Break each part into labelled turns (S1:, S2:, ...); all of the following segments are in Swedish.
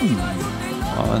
S1: Mm, Ja,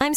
S2: I'm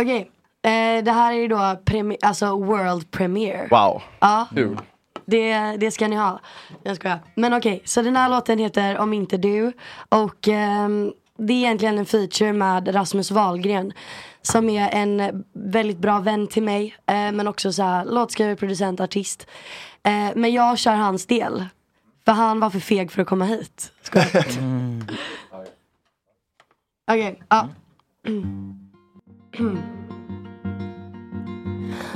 S3: Okej, eh, det här är ju då premi- alltså world premiere.
S4: Wow,
S3: Ja,
S4: kul.
S3: det, det ska ni ha. Jag skojar. Men okej, så den här låten heter Om inte du. Och ehm, det är egentligen en feature med Rasmus Wahlgren. Som är en väldigt bra vän till mig. Eh, men också så här, låtskrivare, producent, artist. Eh, men jag kör hans del. För han var för feg för att komma hit. Skojar. Okej, ja.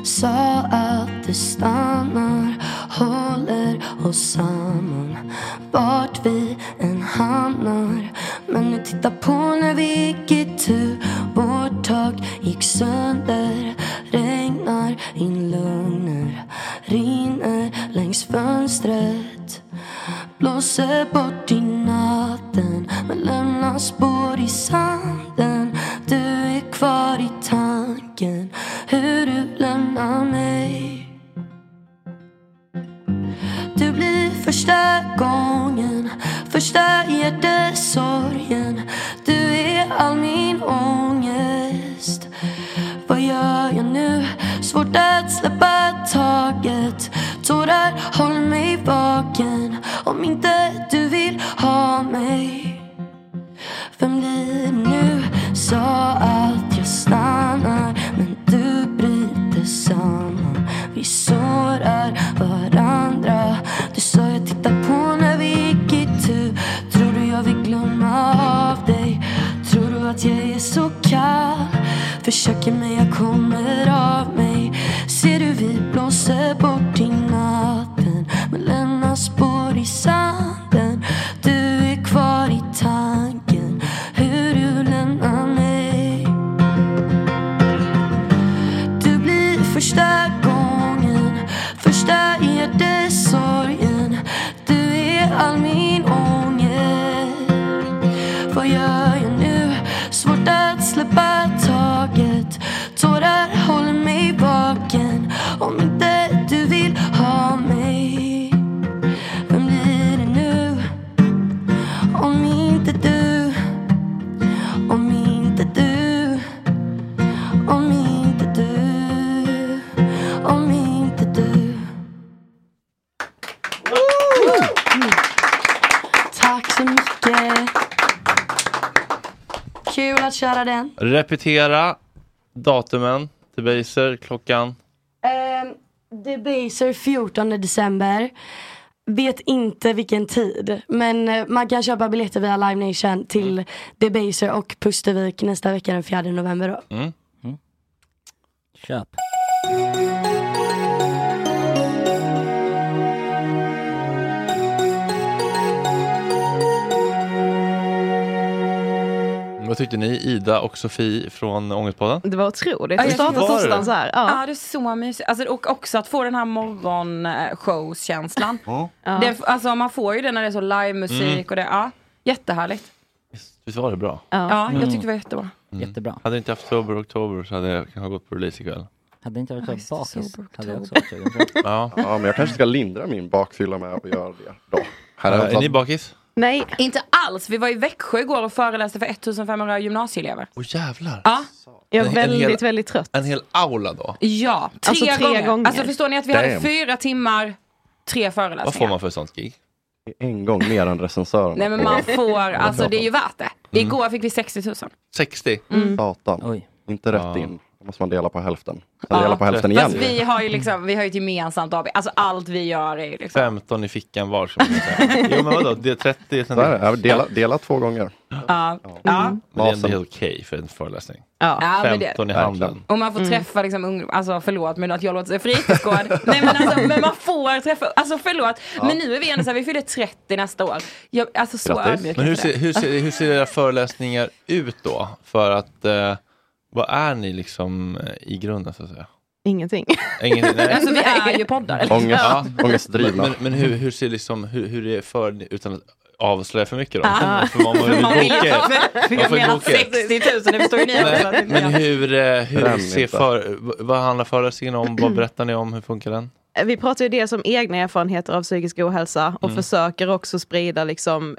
S3: Sa att det stannar, håller oss samman Vart vi än hamnar Men nu titta på när vi gick itu Vårt tak gick sönder
S4: blåser bort i natten men lämnar spår i sanden. Du är kvar i tanken hur du lämnar mig. Du blir första gången, första ger dig sorgen. Du är all min ångest. Vad gör jag nu? Svårt att släppa taget. Tårar håller mig vaken. Om inte du vill ha mig. Vem blir det nu? Sa att jag stannar. Men du bryter samman. Vi sårar varandra. Du sa jag tittar på när vi gick itu. Tror du jag vill glömma av dig? Tror du att jag är så kall? Försöker men jag kommer av mig. Ser du vi blåser bort i natten. Men lämnar spår i sanden. Du är kvar i tanken. Hur du lämnar mig. Du blir första gången Första ger dig sorgen Du är all min ånger Vad gör jag nu? Svårt att släppa taget Tårar håller mig vaken Om inte du vill ha mig Vem blir det nu? Om inte du Om inte du Om inte du Om inte du
S3: Tack så mycket. Kul att köra den.
S1: Repetera datumen. Debaser, klockan.
S3: Ehm, Debaser 14 december. Vet inte vilken tid. Men eh, man kan köpa biljetter via Live Nation till Debaser och Pustervik nästa vecka den 4 november. Då.
S1: Mm.
S5: Köp.
S1: Vad tyckte ni, Ida och Sofie från Ångestpodden?
S6: Det var otroligt.
S1: Ja,
S6: Vi
S1: jag
S6: startade
S1: tyckte-
S6: torsdagen så här. Ja.
S7: Ja, det är så mysigt. Alltså, och också att få den här morgonshowskänslan.
S6: Ja.
S7: Det- Alltså man får ju det när det är så livemusik
S1: Mm.
S7: och det, ja. Jättehärligt.
S1: Visst var det bra?
S7: Ja, jag
S1: Mm.
S7: tyckte det var jättebra.
S5: Jättebra.
S1: Hade inte haft Sober Oktober så hade jag kanske gått på release ikväll.
S5: Hade inte varit så
S7: Ja, just det,
S5: bakis
S7: sober
S5: hade jag också
S7: oktober.
S5: varit sugen på.
S1: Ja.
S8: Ja, men jag kanske ska lindra min bakfylla med att göra det då. Här alltså-
S1: Äh, är ni
S8: bakis?
S6: Nej.
S7: Inte alls, vi var i Växjö igår och föreläste för 1500 gymnasieelever.
S1: Åh jävlar.
S7: Ja.
S6: Jag är
S1: En- en
S6: väldigt,
S1: hel-
S6: väldigt trött.
S1: En hel aula då?
S7: Ja, tre,
S6: Alltså, tre
S7: gånger.
S6: gånger.
S7: Alltså förstår ni att vi hade
S8: Damn.
S7: fyra timmar, tre
S1: Vad får
S7: föreläsningar.
S1: man för sånt gig?
S8: En gång mer än recensörerna.
S7: Nej men man får, alltså det är ju Mm. värt det.
S8: Mm.
S7: Igår fick vi 60 000.
S1: 60?
S8: Satan. Inte rätt
S1: Ja.
S8: in. Då måste man dela på hälften. Sen
S7: Ja.
S8: dela på hälften igen.
S7: Fast vi har ju liksom, vi har ju ett gemensamt AB. Alltså allt vi gör är ju liksom.
S1: 15 i fickan var som man säger. Jo men vadå, det är 30 det är
S8: Så här, ja, dela, dela två gånger.
S7: Ja. Ja.
S1: Men det är ändå helt okej för en föreläsning.
S7: Ja. Ja, men det-
S1: 15 i handen.
S7: Och
S6: Mm.
S7: man får träffa liksom ungdomar, alltså förlåt men att jag låter som fritidsgård. Nej men alltså men man får träffa, alltså förlåt.
S1: Ja.
S7: Men nu är vi ändå såhär, vi fyller 30 nästa år. Jag, alltså så ödmjuk
S1: Men hur
S7: inför det.
S1: ser, hur, ser, hur ser era föreläsningar ut då? För att, eh, vad är ni liksom eh, i grunden så att säga?
S6: Ingenting.
S1: Ingen, nej.
S7: Alltså vi är ju poddare. liksom.
S1: Ångest,
S7: Ja.
S1: ångestdrivna. Men, men, men hur, hur ser liksom, hur, hur är för, utan att avslöja för mycket då?
S7: Ja.
S1: För man
S7: Ah. För man
S1: får
S7: vill
S1: ju boka
S7: ju
S1: er.
S7: inte-
S1: Man får ju
S7: Jag menar
S1: boka er.
S7: 60 000, det förstår ju ni också att det
S1: Nej,
S7: inte
S1: Men
S7: är.
S1: hur, eh, hur
S8: Bränn
S1: ser
S8: inte.
S1: för, v- vad handlar föreläsningen om? Vad berättar ni om? Hur funkar den?
S6: Eh, Vi pratar ju dels om egna erfarenheter av psykisk ohälsa och
S1: Mm.
S6: försöker också sprida liksom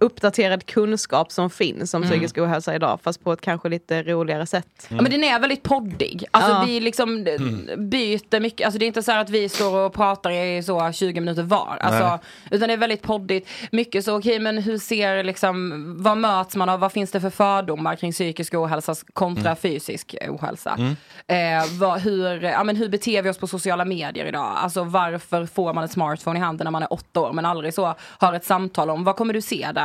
S6: uppdaterad kunskap som finns om
S7: Mm.
S6: psykisk ohälsa idag, fast på ett kanske lite roligare sätt.
S7: Ja, men den är väldigt poddig. Alltså
S6: Ja.
S7: vi liksom eh,
S6: Mm.
S7: byter mycket, alltså det är inte så här att vi står och pratar i så 20 minuter
S6: Nej.
S7: var. Alltså, utan det är väldigt poddigt. Mycket så, okej men hur ser liksom, vad möts man av, vad finns det för fördomar kring psykisk ohälsa kontra
S6: Mm.
S7: fysisk ohälsa?
S6: Mm.
S7: Eh, vad, hur, ja, men hur beter vi oss på sociala medier idag? Alltså varför får man en smartphone i handen när man är åtta år men aldrig så har ett samtal om vad kommer du se där?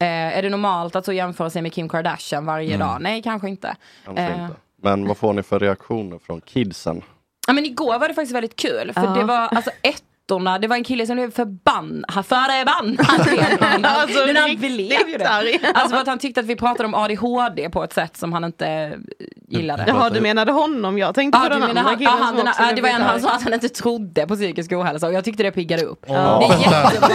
S7: Eh, är det normalt att så jämföra sig med Kim Kardashian varje
S8: Mm.
S7: dag? Nej, kanske inte.
S8: Kanske
S7: Eh,
S8: inte. Men vad får ni för reaktioner från kidsen?
S7: Ja men igår var det faktiskt väldigt kul för
S8: Ja.
S7: det var alltså ettorna, det var en kille som blev förbannad, förbannad blev han.
S6: Alltså,
S7: Men han
S6: riktigt
S7: blev ju det.
S6: arg.
S7: Alltså för att han tyckte att vi pratade om ADHD på ett sätt som han inte gillade.
S6: Jaha, du menade honom? Jag tänkte
S7: Ja,
S6: på
S7: du
S6: den
S7: menar
S6: andra
S7: han, ja,
S6: killen som
S7: han, den,
S6: också
S7: ja, det var
S6: blev
S7: en han som
S6: gitarrist.
S7: att han inte trodde på psykisk ohälsa och jag tyckte det piggade upp.
S6: Åh.
S7: Det är jättebra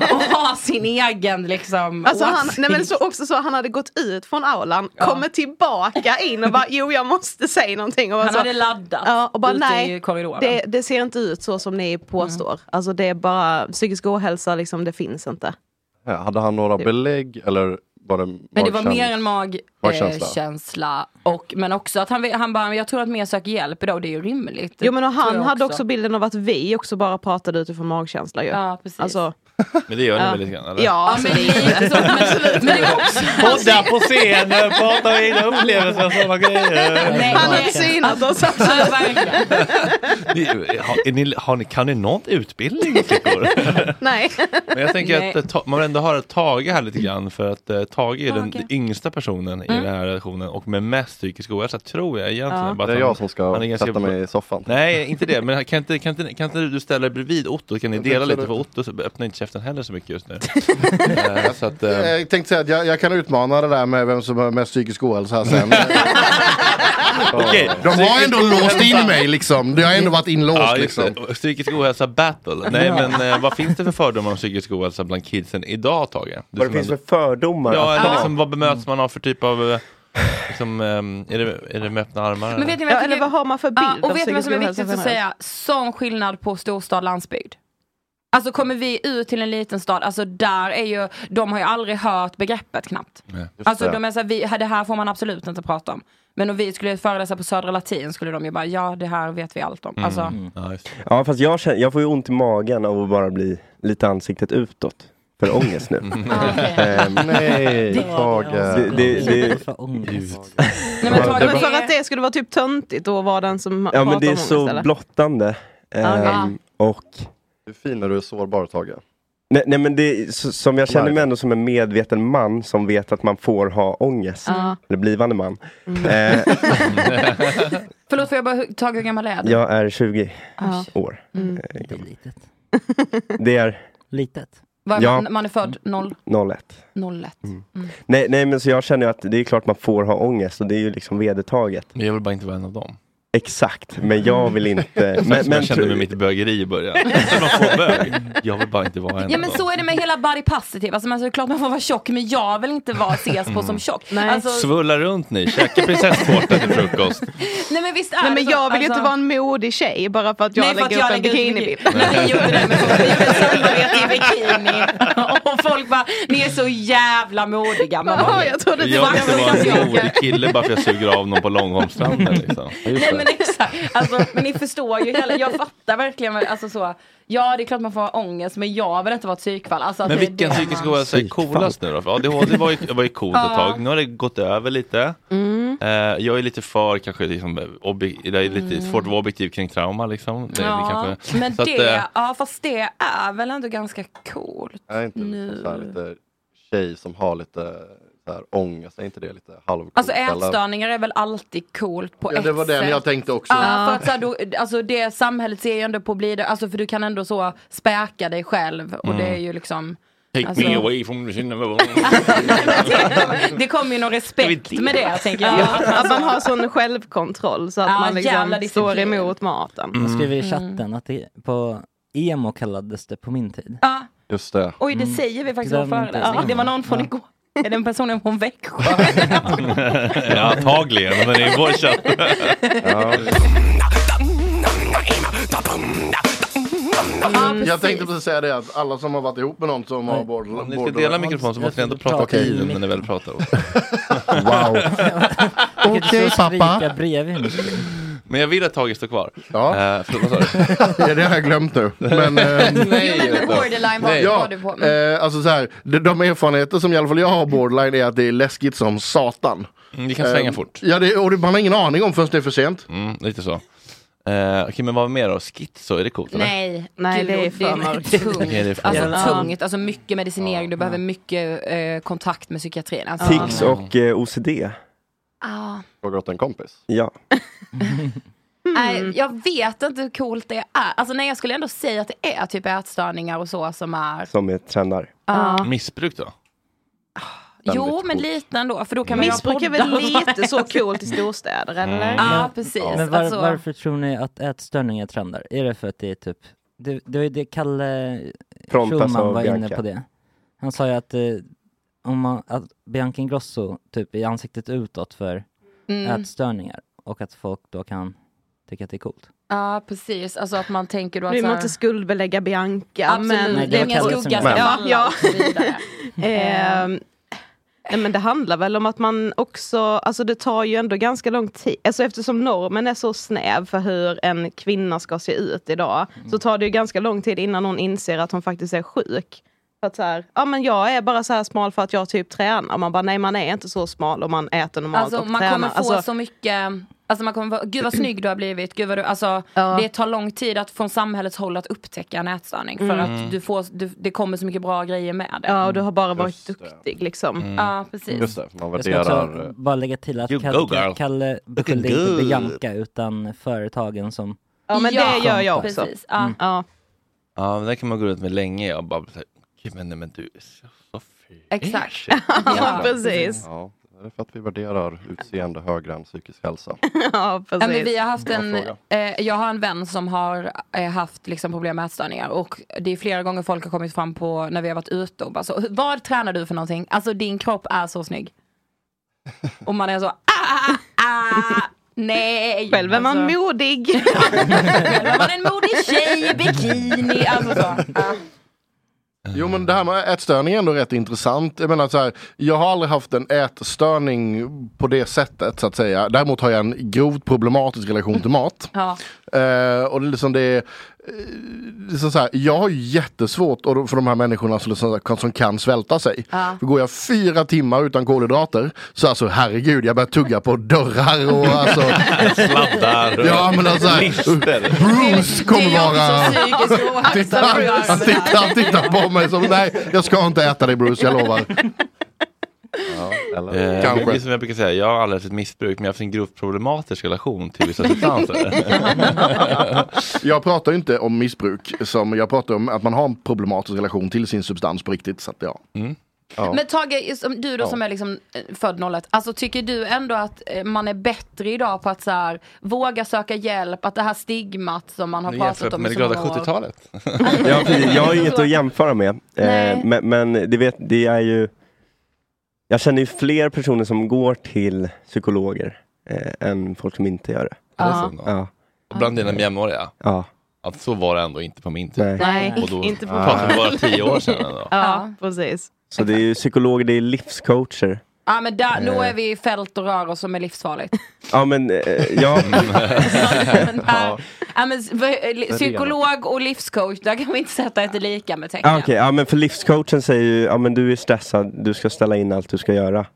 S7: att ha sin egen liksom
S6: Alltså han,
S7: åsikt.
S6: nej men så också så han hade gått ut från aulan, kommer tillbaka in och bara jo jag måste säga någonting. Och bara
S7: Han
S6: så,
S7: hade laddat
S6: ja, och bara,
S7: ute
S6: nej,
S7: i korridoren. Mm.
S6: Det, det ser inte ut så som ni påstår. Alltså det är bara psykisk ohälsa, liksom, det finns inte.
S8: Ja, Hade han några
S6: Det-
S8: belägg eller var det
S7: Men det var
S8: magkänsla?
S7: mer en magkänsla.
S8: Magkänsla.
S7: Eh, känsla. och, men också att han, han bara, jag tror att mer söker hjälp idag och det är ju rimligt.
S6: Jo men och
S7: Tror
S6: han
S7: jag
S6: hade också bilden av att vi också bara pratade utifrån magkänsla ju.
S7: Ja, precis.
S6: Alltså,
S1: Men det gör ni
S6: Ja.
S1: väl lite grann? Eller?
S6: Ja, alltså, det är ju så.
S7: Men det är också...
S1: Podda på scen, prata om egna upplevelser och sådana grejer.
S6: han hade synat oss.
S1: Ni- har- är ni, har ni, kan ni någon utbildning flickor?
S6: Nej.
S1: Men jag tänker
S6: Nej.
S1: att eh, ta, man ändå har Tage här lite grann för att eh, Tage är den
S6: Tage.
S1: yngsta personen i
S6: Mm.
S1: den här relationen och med mest psykisk ohälsa tror jag egentligen.
S6: Ja.
S1: Bara att
S8: Det är
S1: han-
S8: jag som ska
S1: han är ganska
S8: sätta mig i soffan.
S1: Nej, inte det. Men kan inte, kan inte, kan inte du ställa dig bredvid Otto? Kan ni
S8: Jag
S1: dela
S8: tänkte
S1: lite? För
S8: det.
S1: Otto så öppnar inte käften heller så mycket just nu. Eh, så att, eh,
S9: Jag tänkte säga att jag, jag kan utmana det där med vem som har mest psykisk ohälsa alltså. här
S7: Mm.
S9: sen.
S1: Okej.
S9: De har ändå
S1: Psykisk
S9: låst in
S1: ohälsa.
S9: mig liksom. Det har ändå varit inlåst
S1: Ja, just
S9: liksom.
S1: det. Psykisk ohälsa battle. Nej,
S9: Ja.
S1: men eh, vad finns det för fördomar om psykisk ohälsa bland kidsen idag, Tage? Du
S10: Vad det
S1: som
S10: finns
S1: ändå-
S10: för fördomar?
S1: Ja,
S10: att
S1: eller
S10: ha?
S1: liksom, vad bemöts man av för typ av... eh, Liksom, ehm, är, det, är det med öppna armar?
S7: Men vet ni vad
S6: Ja,
S7: jag tycker?
S6: eller vad har man för bild
S7: ja,
S6: av
S7: Och vet ni vad som är
S6: psykisk
S7: viktigt att
S6: ohälsa
S7: säga? Sån skillnad på storstad och landsbygd. Alltså kommer vi ut till en liten stad, alltså där är ju, de har ju aldrig hört begreppet knappt. Alltså de är såhär, vi, det här får man absolut inte prata om. Men om vi skulle föreläsa på Södra Latin skulle de ju bara, ja det här vet vi allt om. Alltså,
S10: Mm.
S1: Mm.
S10: Ja, fast jag, känner, jag får ju ont i magen av att bara bli lite ansiktet utåt. För ångest nu.
S7: Mm.
S10: Ehm,
S8: Nej,
S10: det-
S8: Tage.
S10: Det, det, det,
S5: För ångest.
S6: Nej, men,
S10: det
S6: Tage, men
S10: var-
S6: för att det skulle vara typ töntigt då var den som
S10: ja,
S6: pratar om
S10: men det är
S6: ångest,
S10: så
S6: eller?
S10: blottande.
S6: Ja, okej.
S10: Ehm, och
S8: Hur fin när du är sårbar Tage.
S10: Nej, nej men det är, så, som jag känner mig ändå som en medveten man som vet att man får ha ångest.
S7: Ja.
S10: Eller blivande man.
S7: Mm.
S10: Eh,
S7: förlåt får jag bara, hu- Tage hur gammal är du?
S10: jag är 20
S7: Ja.
S10: år.
S7: Mm.
S10: Eh, gammal. Det är
S5: Litet.
S7: Vad är
S10: Ja.
S7: man, Mm. man är född 0,
S10: 01.
S7: 01.
S1: Mm.
S10: Nej, nej men så jag känner ju att det är klart man får ha ångest och det är ju liksom vedertaget.
S1: Men jag vill bara inte vara en av dem.
S10: Exakt, men jag vill
S9: Eh,
S10: inte.
S1: Exakt
S10: men,
S1: som jag kände
S10: tro-
S1: med mitt bögeri i början. Som man får bög. Jag vill bara inte vara en
S7: Ja
S1: av
S7: men
S1: dem.
S7: så är det med hela body positive, alltså, man, så är det klart man får vara tjock men jag vill inte vara, ses
S1: Mm.
S7: på som tjock.
S6: Nej.
S7: Alltså,
S1: Svulla runt ni, käka prinsesstårta till frukost.
S7: nej men visst är
S6: Nej,
S7: det
S6: men
S7: så,
S6: jag vill ju inte
S7: alltså-
S6: vara en modig tjej bara för att jag
S7: Nej, för att
S6: lägger
S7: jag
S6: upp en
S7: lägger ut
S6: bikinibild.
S7: samarbete i bikini. Och folk bara, ni är så jävla modiga. Man
S6: Ja,
S7: bara,
S6: jag trodde
S1: Jag vill inte vara en modig kille bara för att jag suger av någon på Långholmsstranden. Liksom.
S7: Nej men exakt, alltså, men ni förstår ju hela, jag fattar verkligen vad- alltså så. Ja det är klart man får ha ångest men jag vill inte vara ett psykfall. Alltså, att
S1: Men
S7: det är
S1: vilken
S7: det
S1: psykisk
S7: man-
S1: ohälsa är coolast nu då? För ADHD var ju, var ju coolt ett
S7: Ja.
S1: tag, nu har det gått över lite.
S7: Mm.
S1: Eh, jag är lite för kanske, liksom, obje- det är lite svårt att vara objektiv kring trauma liksom. Det, det
S7: Mm. Ja,
S1: kanske.
S7: men
S1: Så att,
S7: det,
S1: eh,
S7: ja fast det är väl ändå ganska coolt.
S8: Är inte
S7: Nu.
S8: liksom så här lite tjej som har lite så här ångest, är inte det lite halvcoolt?
S7: Alltså
S8: eller?
S7: ätstörningar är väl alltid coolt på
S8: Ja,
S7: ett
S8: det var den
S7: sätt.
S8: jag tänkte också.
S7: Ja,
S8: Ja.
S7: för att så här, då, alltså det samhället ser ju ändå på att bli det, alltså för du kan ändå så späka dig själv och
S1: Mm.
S7: det är ju liksom
S1: Take
S7: alltså,
S1: me away from Kinnevåg.
S7: Det kommer ju någon respekt med det tänker jag.
S6: Ja, att man har sån självkontroll så att
S7: alltså- Ja,
S6: man
S7: jävla
S6: liksom
S7: disciplin.
S6: står emot maten.
S10: Mm.
S5: Jag skriver
S7: Mm.
S5: i chatten att det på emo kallades det på min tid. Mm.
S7: Ja.
S8: Just det.
S7: Oj det säger vi faktiskt i
S5: Det
S7: vår
S5: var inte
S7: föreläsning.
S5: så.
S7: Det var någon från igår. Är den personen från Växjö?
S1: ja, antagligen, men det är i vår chatt.
S9: Jag tänkte precis säga det att alla som har varit ihop med någon som har vård...
S1: Om ni ska dela mikrofon så måste ni ändå prata i den när ni väl pratar.
S9: Wow. Okej pappa.
S1: Men jag vill att Tage står kvar. Ja. förlåt, vad sa du?
S9: Ja, det har jag glömt nu. Men, eh,
S1: Jo, men
S7: borderline var-
S9: ja,
S7: var du på.
S9: Eh, alltså så här, de, de erfarenheter som i alla fall jag har av borderline är att det är läskigt som satan.
S1: Mm, det kan svänga
S9: Eh,
S1: fort.
S9: Ja, det, och det, man har ingen aning om förrän det är för sent.
S1: Mm, lite så. Eh, Okej, men vad mer då? Schizo, är det coolt? eller?
S7: Nej,
S6: Nej,
S7: gud,
S6: det är
S7: och
S6: för mörkt.
S7: tungt.
S1: Okej, det är för
S7: alltså
S1: mörkt.
S7: tungt, alltså mycket medicinering, du behöver mycket eh, kontakt med psykiatrin. Alltså,
S10: Tics
S7: men-
S10: och eh, OCD.
S7: Ah.
S8: Fråga åt en kompis.
S10: Ja.
S7: Nej, jag vet inte hur coolt det är. Alltså nej, jag skulle ändå säga att det är typ ätstörningar och så som är...
S10: Som är trendar.
S7: Ja.
S1: Missbruk då?
S7: Jo, men lite ändå. För då kan man ju ha
S6: Missbruk är väl
S7: poddar.
S6: lite så coolt i storstäder eller?
S7: Ja, precis.
S5: Men var,
S7: alltså,
S5: varför tror ni att ätstörning är trendar? Är det för att det är typ, det, det var ju det Kalle
S10: Frontas
S5: Schulman
S10: av
S5: var inne
S10: Bianca.
S5: på det. Han sa ju att, eh, om man, att Bianca Ingrosso typ är ansiktet utåt för
S7: Mm.
S5: ätstörningar och att folk då kan tycka att det är coolt.
S7: Ja, precis. Alltså att man tänker då att...
S6: Nu vill man
S7: så här-
S6: inte skuldbelägga Bianca.
S7: Absolut,
S6: men
S5: Nej, det var
S6: ingen
S5: Kalle som
S6: skugga
S5: gjorde
S6: ska
S5: det.
S6: falla
S7: Ja.
S6: och så vidare. Ehm, Nej men det handlar väl om att man också, alltså det tar ju ändå ganska lång tid, alltså eftersom normen är så snäv för hur en kvinna ska se ut idag,
S5: Mm.
S6: så tar det ju ganska lång tid innan hon inser att hon faktiskt är sjuk. För att så här, ja men jag är bara så här smal för att jag typ tränar. Man bara, nej man är inte så smal om man äter normalt
S7: Alltså,
S6: och
S7: man
S6: tränar.
S7: kommer få
S6: Alltså,
S7: så mycket, alltså man kommer vara, gud vad snygg du har blivit, gud vad du, alltså det tar lång tid att från samhällets håll att upptäcka en ätstörning för
S6: Mm.
S7: att du får, du, det kommer så mycket bra grejer med det.
S6: Ja, och du har bara varit duktig liksom.
S7: Ja, precis.
S8: Just det, man
S5: Jag ska
S8: värderar... eh,
S5: också bara lägga till att
S8: You
S5: Kalle,
S8: go, girl.
S5: Kalle
S8: Looking
S5: beskyllde inte
S8: good.
S5: Bianca utan företagen som
S6: Ja men det gör jag också.
S7: Precis, ja.
S5: Mm.
S6: Ja.
S1: Ja, men det kan man gå runt med länge. Jag bara, så här, "Gud, men, nej, men du är så- så fin.
S7: Exakt.
S6: Ja, precis.
S8: Ja, det är för att vi värderar utseende högre än psykisk hälsa.
S6: Ja, precis.
S7: Ja, men vi har haft
S8: Bra
S7: en,
S8: fråga.
S7: eh, jag har en vän som har eh, haft liksom, problem med ätstörningar och det är flera gånger folk har kommit fram på när vi har varit ute och bara så, vad tränar du för någonting? Alltså din kropp är så snygg. Och man är så, ah, ah, ah, nej.
S6: Själv är man
S7: Alltså,
S6: modig.
S7: Själv är man en modig tjej i bikini. Alltså så.
S9: Jo men det här med ätstörning är ändå rätt intressant. Jag menar så här, jag har aldrig haft en ätstörning på det sättet så att säga. Däremot har jag en grovt problematisk relation till mat.
S7: Ja.
S9: Eh, och det är liksom det är, eh, liksom så här, jag har ju jättesvårt och- för de här människorna som, liksom, kan- som kan svälta sig.
S7: Ja.
S9: För går jag fyra timmar utan kolhydrater så alltså herregud jag börjar tugga på dörrar och alltså
S1: Sladdar och
S9: Ja, men alltså här-
S1: lister.
S9: Bruce kommer vara...
S7: psykisk ohälsa,
S9: Titta,
S7: tror jag.
S9: han, han, tittar, han tittar på mig som nej jag ska inte äta dig Bruce jag lovar.
S1: Eh, det
S9: Kanske.
S1: är som jag brukar säga, jag har aldrig haft ett missbruk men jag har haft en grovt problematisk relation till vissa substanser.
S9: Jag pratar ju inte om missbruk som jag pratar om att man har en problematisk relation till sin substans på riktigt. Så att, ja.
S1: Mm.
S9: Ja.
S7: Men Tage, just om du då
S9: Ja.
S7: som är liksom eh, född 01, alltså tycker du ändå att eh, man är bättre idag på att så här, våga söka hjälp, att det här stigmat som man har pratat om i
S1: med det
S7: så
S1: glada
S7: många år-
S1: 70-talet.
S10: Ja, precis. Jag har inget att jämföra med. Eh,
S7: Nej.
S10: men men det, vet, det är ju... Jag känner ju fler personer som går till psykologer eh, än folk som inte gör det.
S1: Ja. Är det så då?
S10: Ja.
S1: Och bland dina jämnåriga.
S10: Ja.
S1: Att så var det ändå inte på min tid.
S10: Nej.
S6: Nej,
S1: Och då
S6: inte på
S1: pratar vi
S6: min
S1: bara
S6: tid.
S1: tio år sedan. Ändå.
S6: Ja, precis.
S10: Så det är ju psykologer, det är livscoacher.
S7: Ja men där, då
S10: Eh.
S7: är vi i fält och rör oss som är livsfarligt.
S10: Ja men eh, ja.
S7: Men där, ja, men, s- vad- eh, li- psykolog och livscoach, där kan vi inte sätta ett lika med tecken.
S10: Ah, okay. Ja men för livscoachen säger ju, ja men du är stressad, du ska ställa in allt du ska göra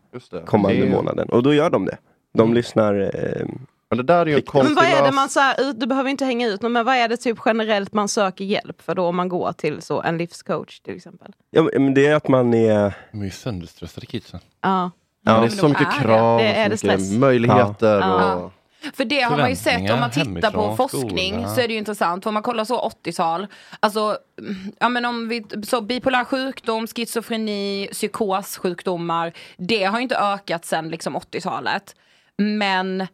S10: kommande
S9: Det är- Mm.
S10: månaden. Och då gör de det. De lyssnar. Eh,
S9: men det där är ju
S6: Men vad är det man så här, ut- du behöver inte hänga ut någon, men vad är det typ generellt man söker hjälp för då om man går till så, en livscoach till exempel?
S10: Ja, men det är att man är...
S1: De är ju sönderstressade kidsen.
S6: Ja.
S10: Ja,
S9: det är så mycket krav,
S6: Det är
S9: och
S6: det
S9: så mycket
S6: stress.
S9: möjligheter.
S7: Ja.
S9: Och...
S7: För det har man ju sett
S1: Förväntningar
S7: om man tittar
S1: hemifrån,
S7: på forskning
S1: skola.
S7: så är det ju intressant. För om man kollar så 80-tal, alltså mm, ja, men om vi, så bipolär sjukdom, schizofreni, psykossjukdomar, det har ju inte ökat sedan liksom 80-talet. Men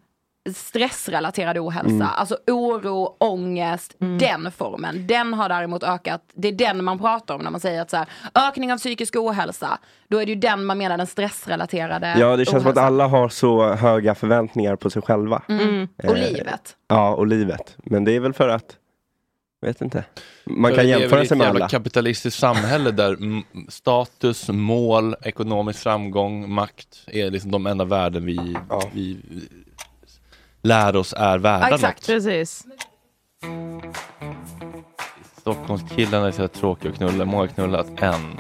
S7: stressrelaterad ohälsa,
S10: Mm.
S7: alltså oro, ångest, den formen, den har däremot ökat. Det är den man pratar om när man säger att så här, ökning av psykisk ohälsa, då är det ju den man menar den stressrelaterade
S10: Ja det känns som att
S7: ohälsan.
S10: alla har så höga förväntningar på sig själva.
S7: Mm. Och
S10: Eh,
S7: livet.
S10: Ja, och livet. Men det är väl för att, vet inte. Man
S1: För
S10: kan
S1: vi lever i
S10: jämföra
S1: ett
S10: sig med
S1: jävla
S10: alla.
S1: kapitalistiskt samhälle där mm, status, mål, ekonomisk framgång, makt är liksom de enda värden vi, vi lär oss är värda något.
S6: precis.
S1: Stockholmskillarna är så här tråkiga att knulla. Många har knullat en.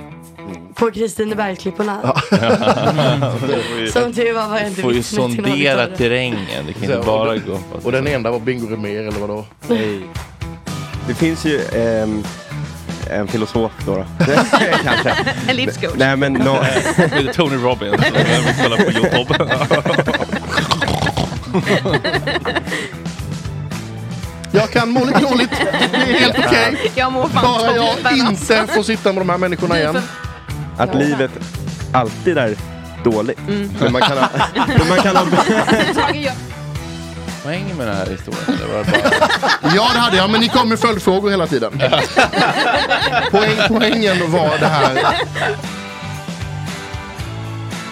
S3: På Kristinebergsklipporna. Som tur var var jag inte
S1: får ju
S3: vittne till någon
S1: sondera
S3: av det.
S1: terrängen. Det kan inte bara gå på...
S9: Och den enda var Bingo mer eller vadå?
S10: Det finns ju ehm, en filosof då. då. Kanske.
S6: En livscoach.
S10: Nej men nå...
S1: Det är Tony Robbins. Jag vill kolla på Youtube.
S9: Jag kan må lite dåligt, det är helt okej.
S6: Jag mår fan
S9: Bara
S6: toppen,
S9: jag
S6: alltså.
S9: inte får sitta med de här människorna igen.
S10: Att livet alltid är dåligt.
S6: Mm.
S10: Men man kan ha... men man kan ha
S1: Poäng med den här historien? Eller var det bara...
S9: Ja det hade jag, men ni kom med följdfrågor hela tiden. Poäng, poängen var det här.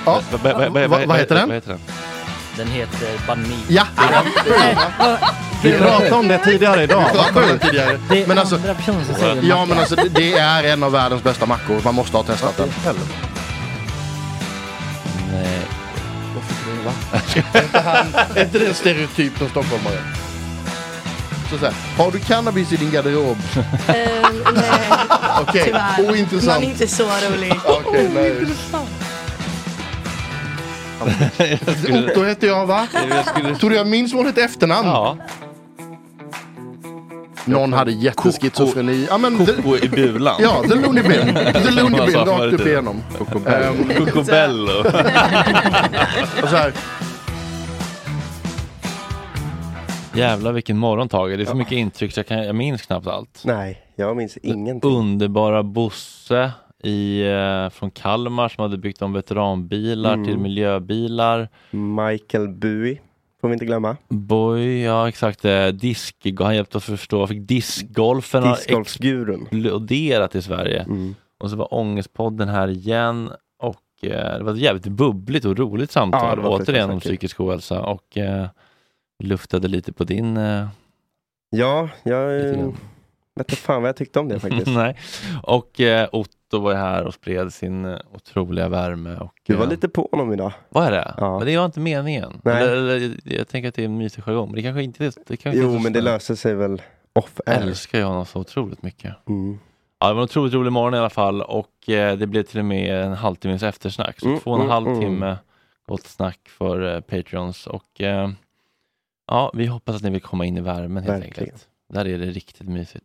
S9: Ja.
S1: Va- va- va- va-
S9: Va- vad heter den?
S1: Vad heter den?
S11: Den heter Bani.
S9: Ja! Vi pratade om det tidigare idag.
S11: Vi pratade om det
S9: tidigare.
S5: Det är
S9: Men alltså,
S5: andra personer som säger
S9: ja
S5: macka.
S9: men alltså det- det är en av världens bästa mackor. Man måste ha testat den.
S1: Nej.
S9: Är inte det en stereotyp som stockholmare? Så, så här, har du cannabis i din garderob? Okej,
S3: Eh, Tyvärr.
S9: ointressant.
S3: Man är inte så rolig.
S9: Okej, nej. Otto heter jag va? Tror du jag minns vårt efternamn?
S1: Ja.
S9: Någon hade jätteskizofreni. Ja, men
S1: Koko i bulan.
S9: Ja, The Looney Bin. The Looney
S1: Som man
S9: Bin,
S1: sa förut.
S9: rakt upp igenom.
S1: Cocobello.
S9: Ehm,
S1: Cocobello.
S9: Och så här,
S1: Jävlar vilken morgon Tage, det är så mycket intryck så jag, kan, jag minns knappt allt.
S10: Nej, jag minns ingenting.
S1: Underbara Bosse i, eh, från Kalmar som hade byggt om veteranbilar
S10: Mm.
S1: till miljöbilar.
S10: Michael Bowie, får vi inte glömma.
S1: Boy, ja exakt. Eh, disk, han hjälpte oss förstå, fick diskgolfen har
S10: Discgolfsgurun. Mm.
S1: exploderat i Sverige. Och så var Ångestpodden här igen och eh, det var ett jävligt bubbligt och roligt
S10: Ja,
S1: samtal,
S10: det var
S1: återigen om
S10: fruktansvärt kul.
S1: psykisk ohälsa och eh, luftade lite på din eh,
S10: Ja, jag
S1: Lite
S10: eh,
S1: grann.
S10: vet inte fan vad jag tyckte om det faktiskt.
S1: Nej. Och eh, Otto var ju här och spred sin eh, otroliga värme. Och,
S10: Du var
S1: eh,
S10: lite på honom idag.
S1: Vad är det?
S10: Ja.
S1: Men det var inte meningen.
S10: Nej.
S1: Eller, eller, jag tänker att det är en mysig jargong, men det kanske inte är det. Kanske
S10: Jo,
S1: inte är så
S10: men det
S1: snällt.
S10: löser sig väl off
S1: Jag
S10: air.
S1: älskar ju honom så otroligt mycket.
S10: Mm.
S1: Ja, det var en otroligt rolig morgon i alla fall och eh, det blev till och med en halvtimmes eftersnack. Så
S10: Mm,
S1: två och en
S10: mm,
S1: halv
S10: mm.
S1: timme gott snack för eh, Patreons och eh, ja, vi hoppas att ni vill komma in i värmen helt
S10: Verkligen.
S1: enkelt. Där är det riktigt mysigt.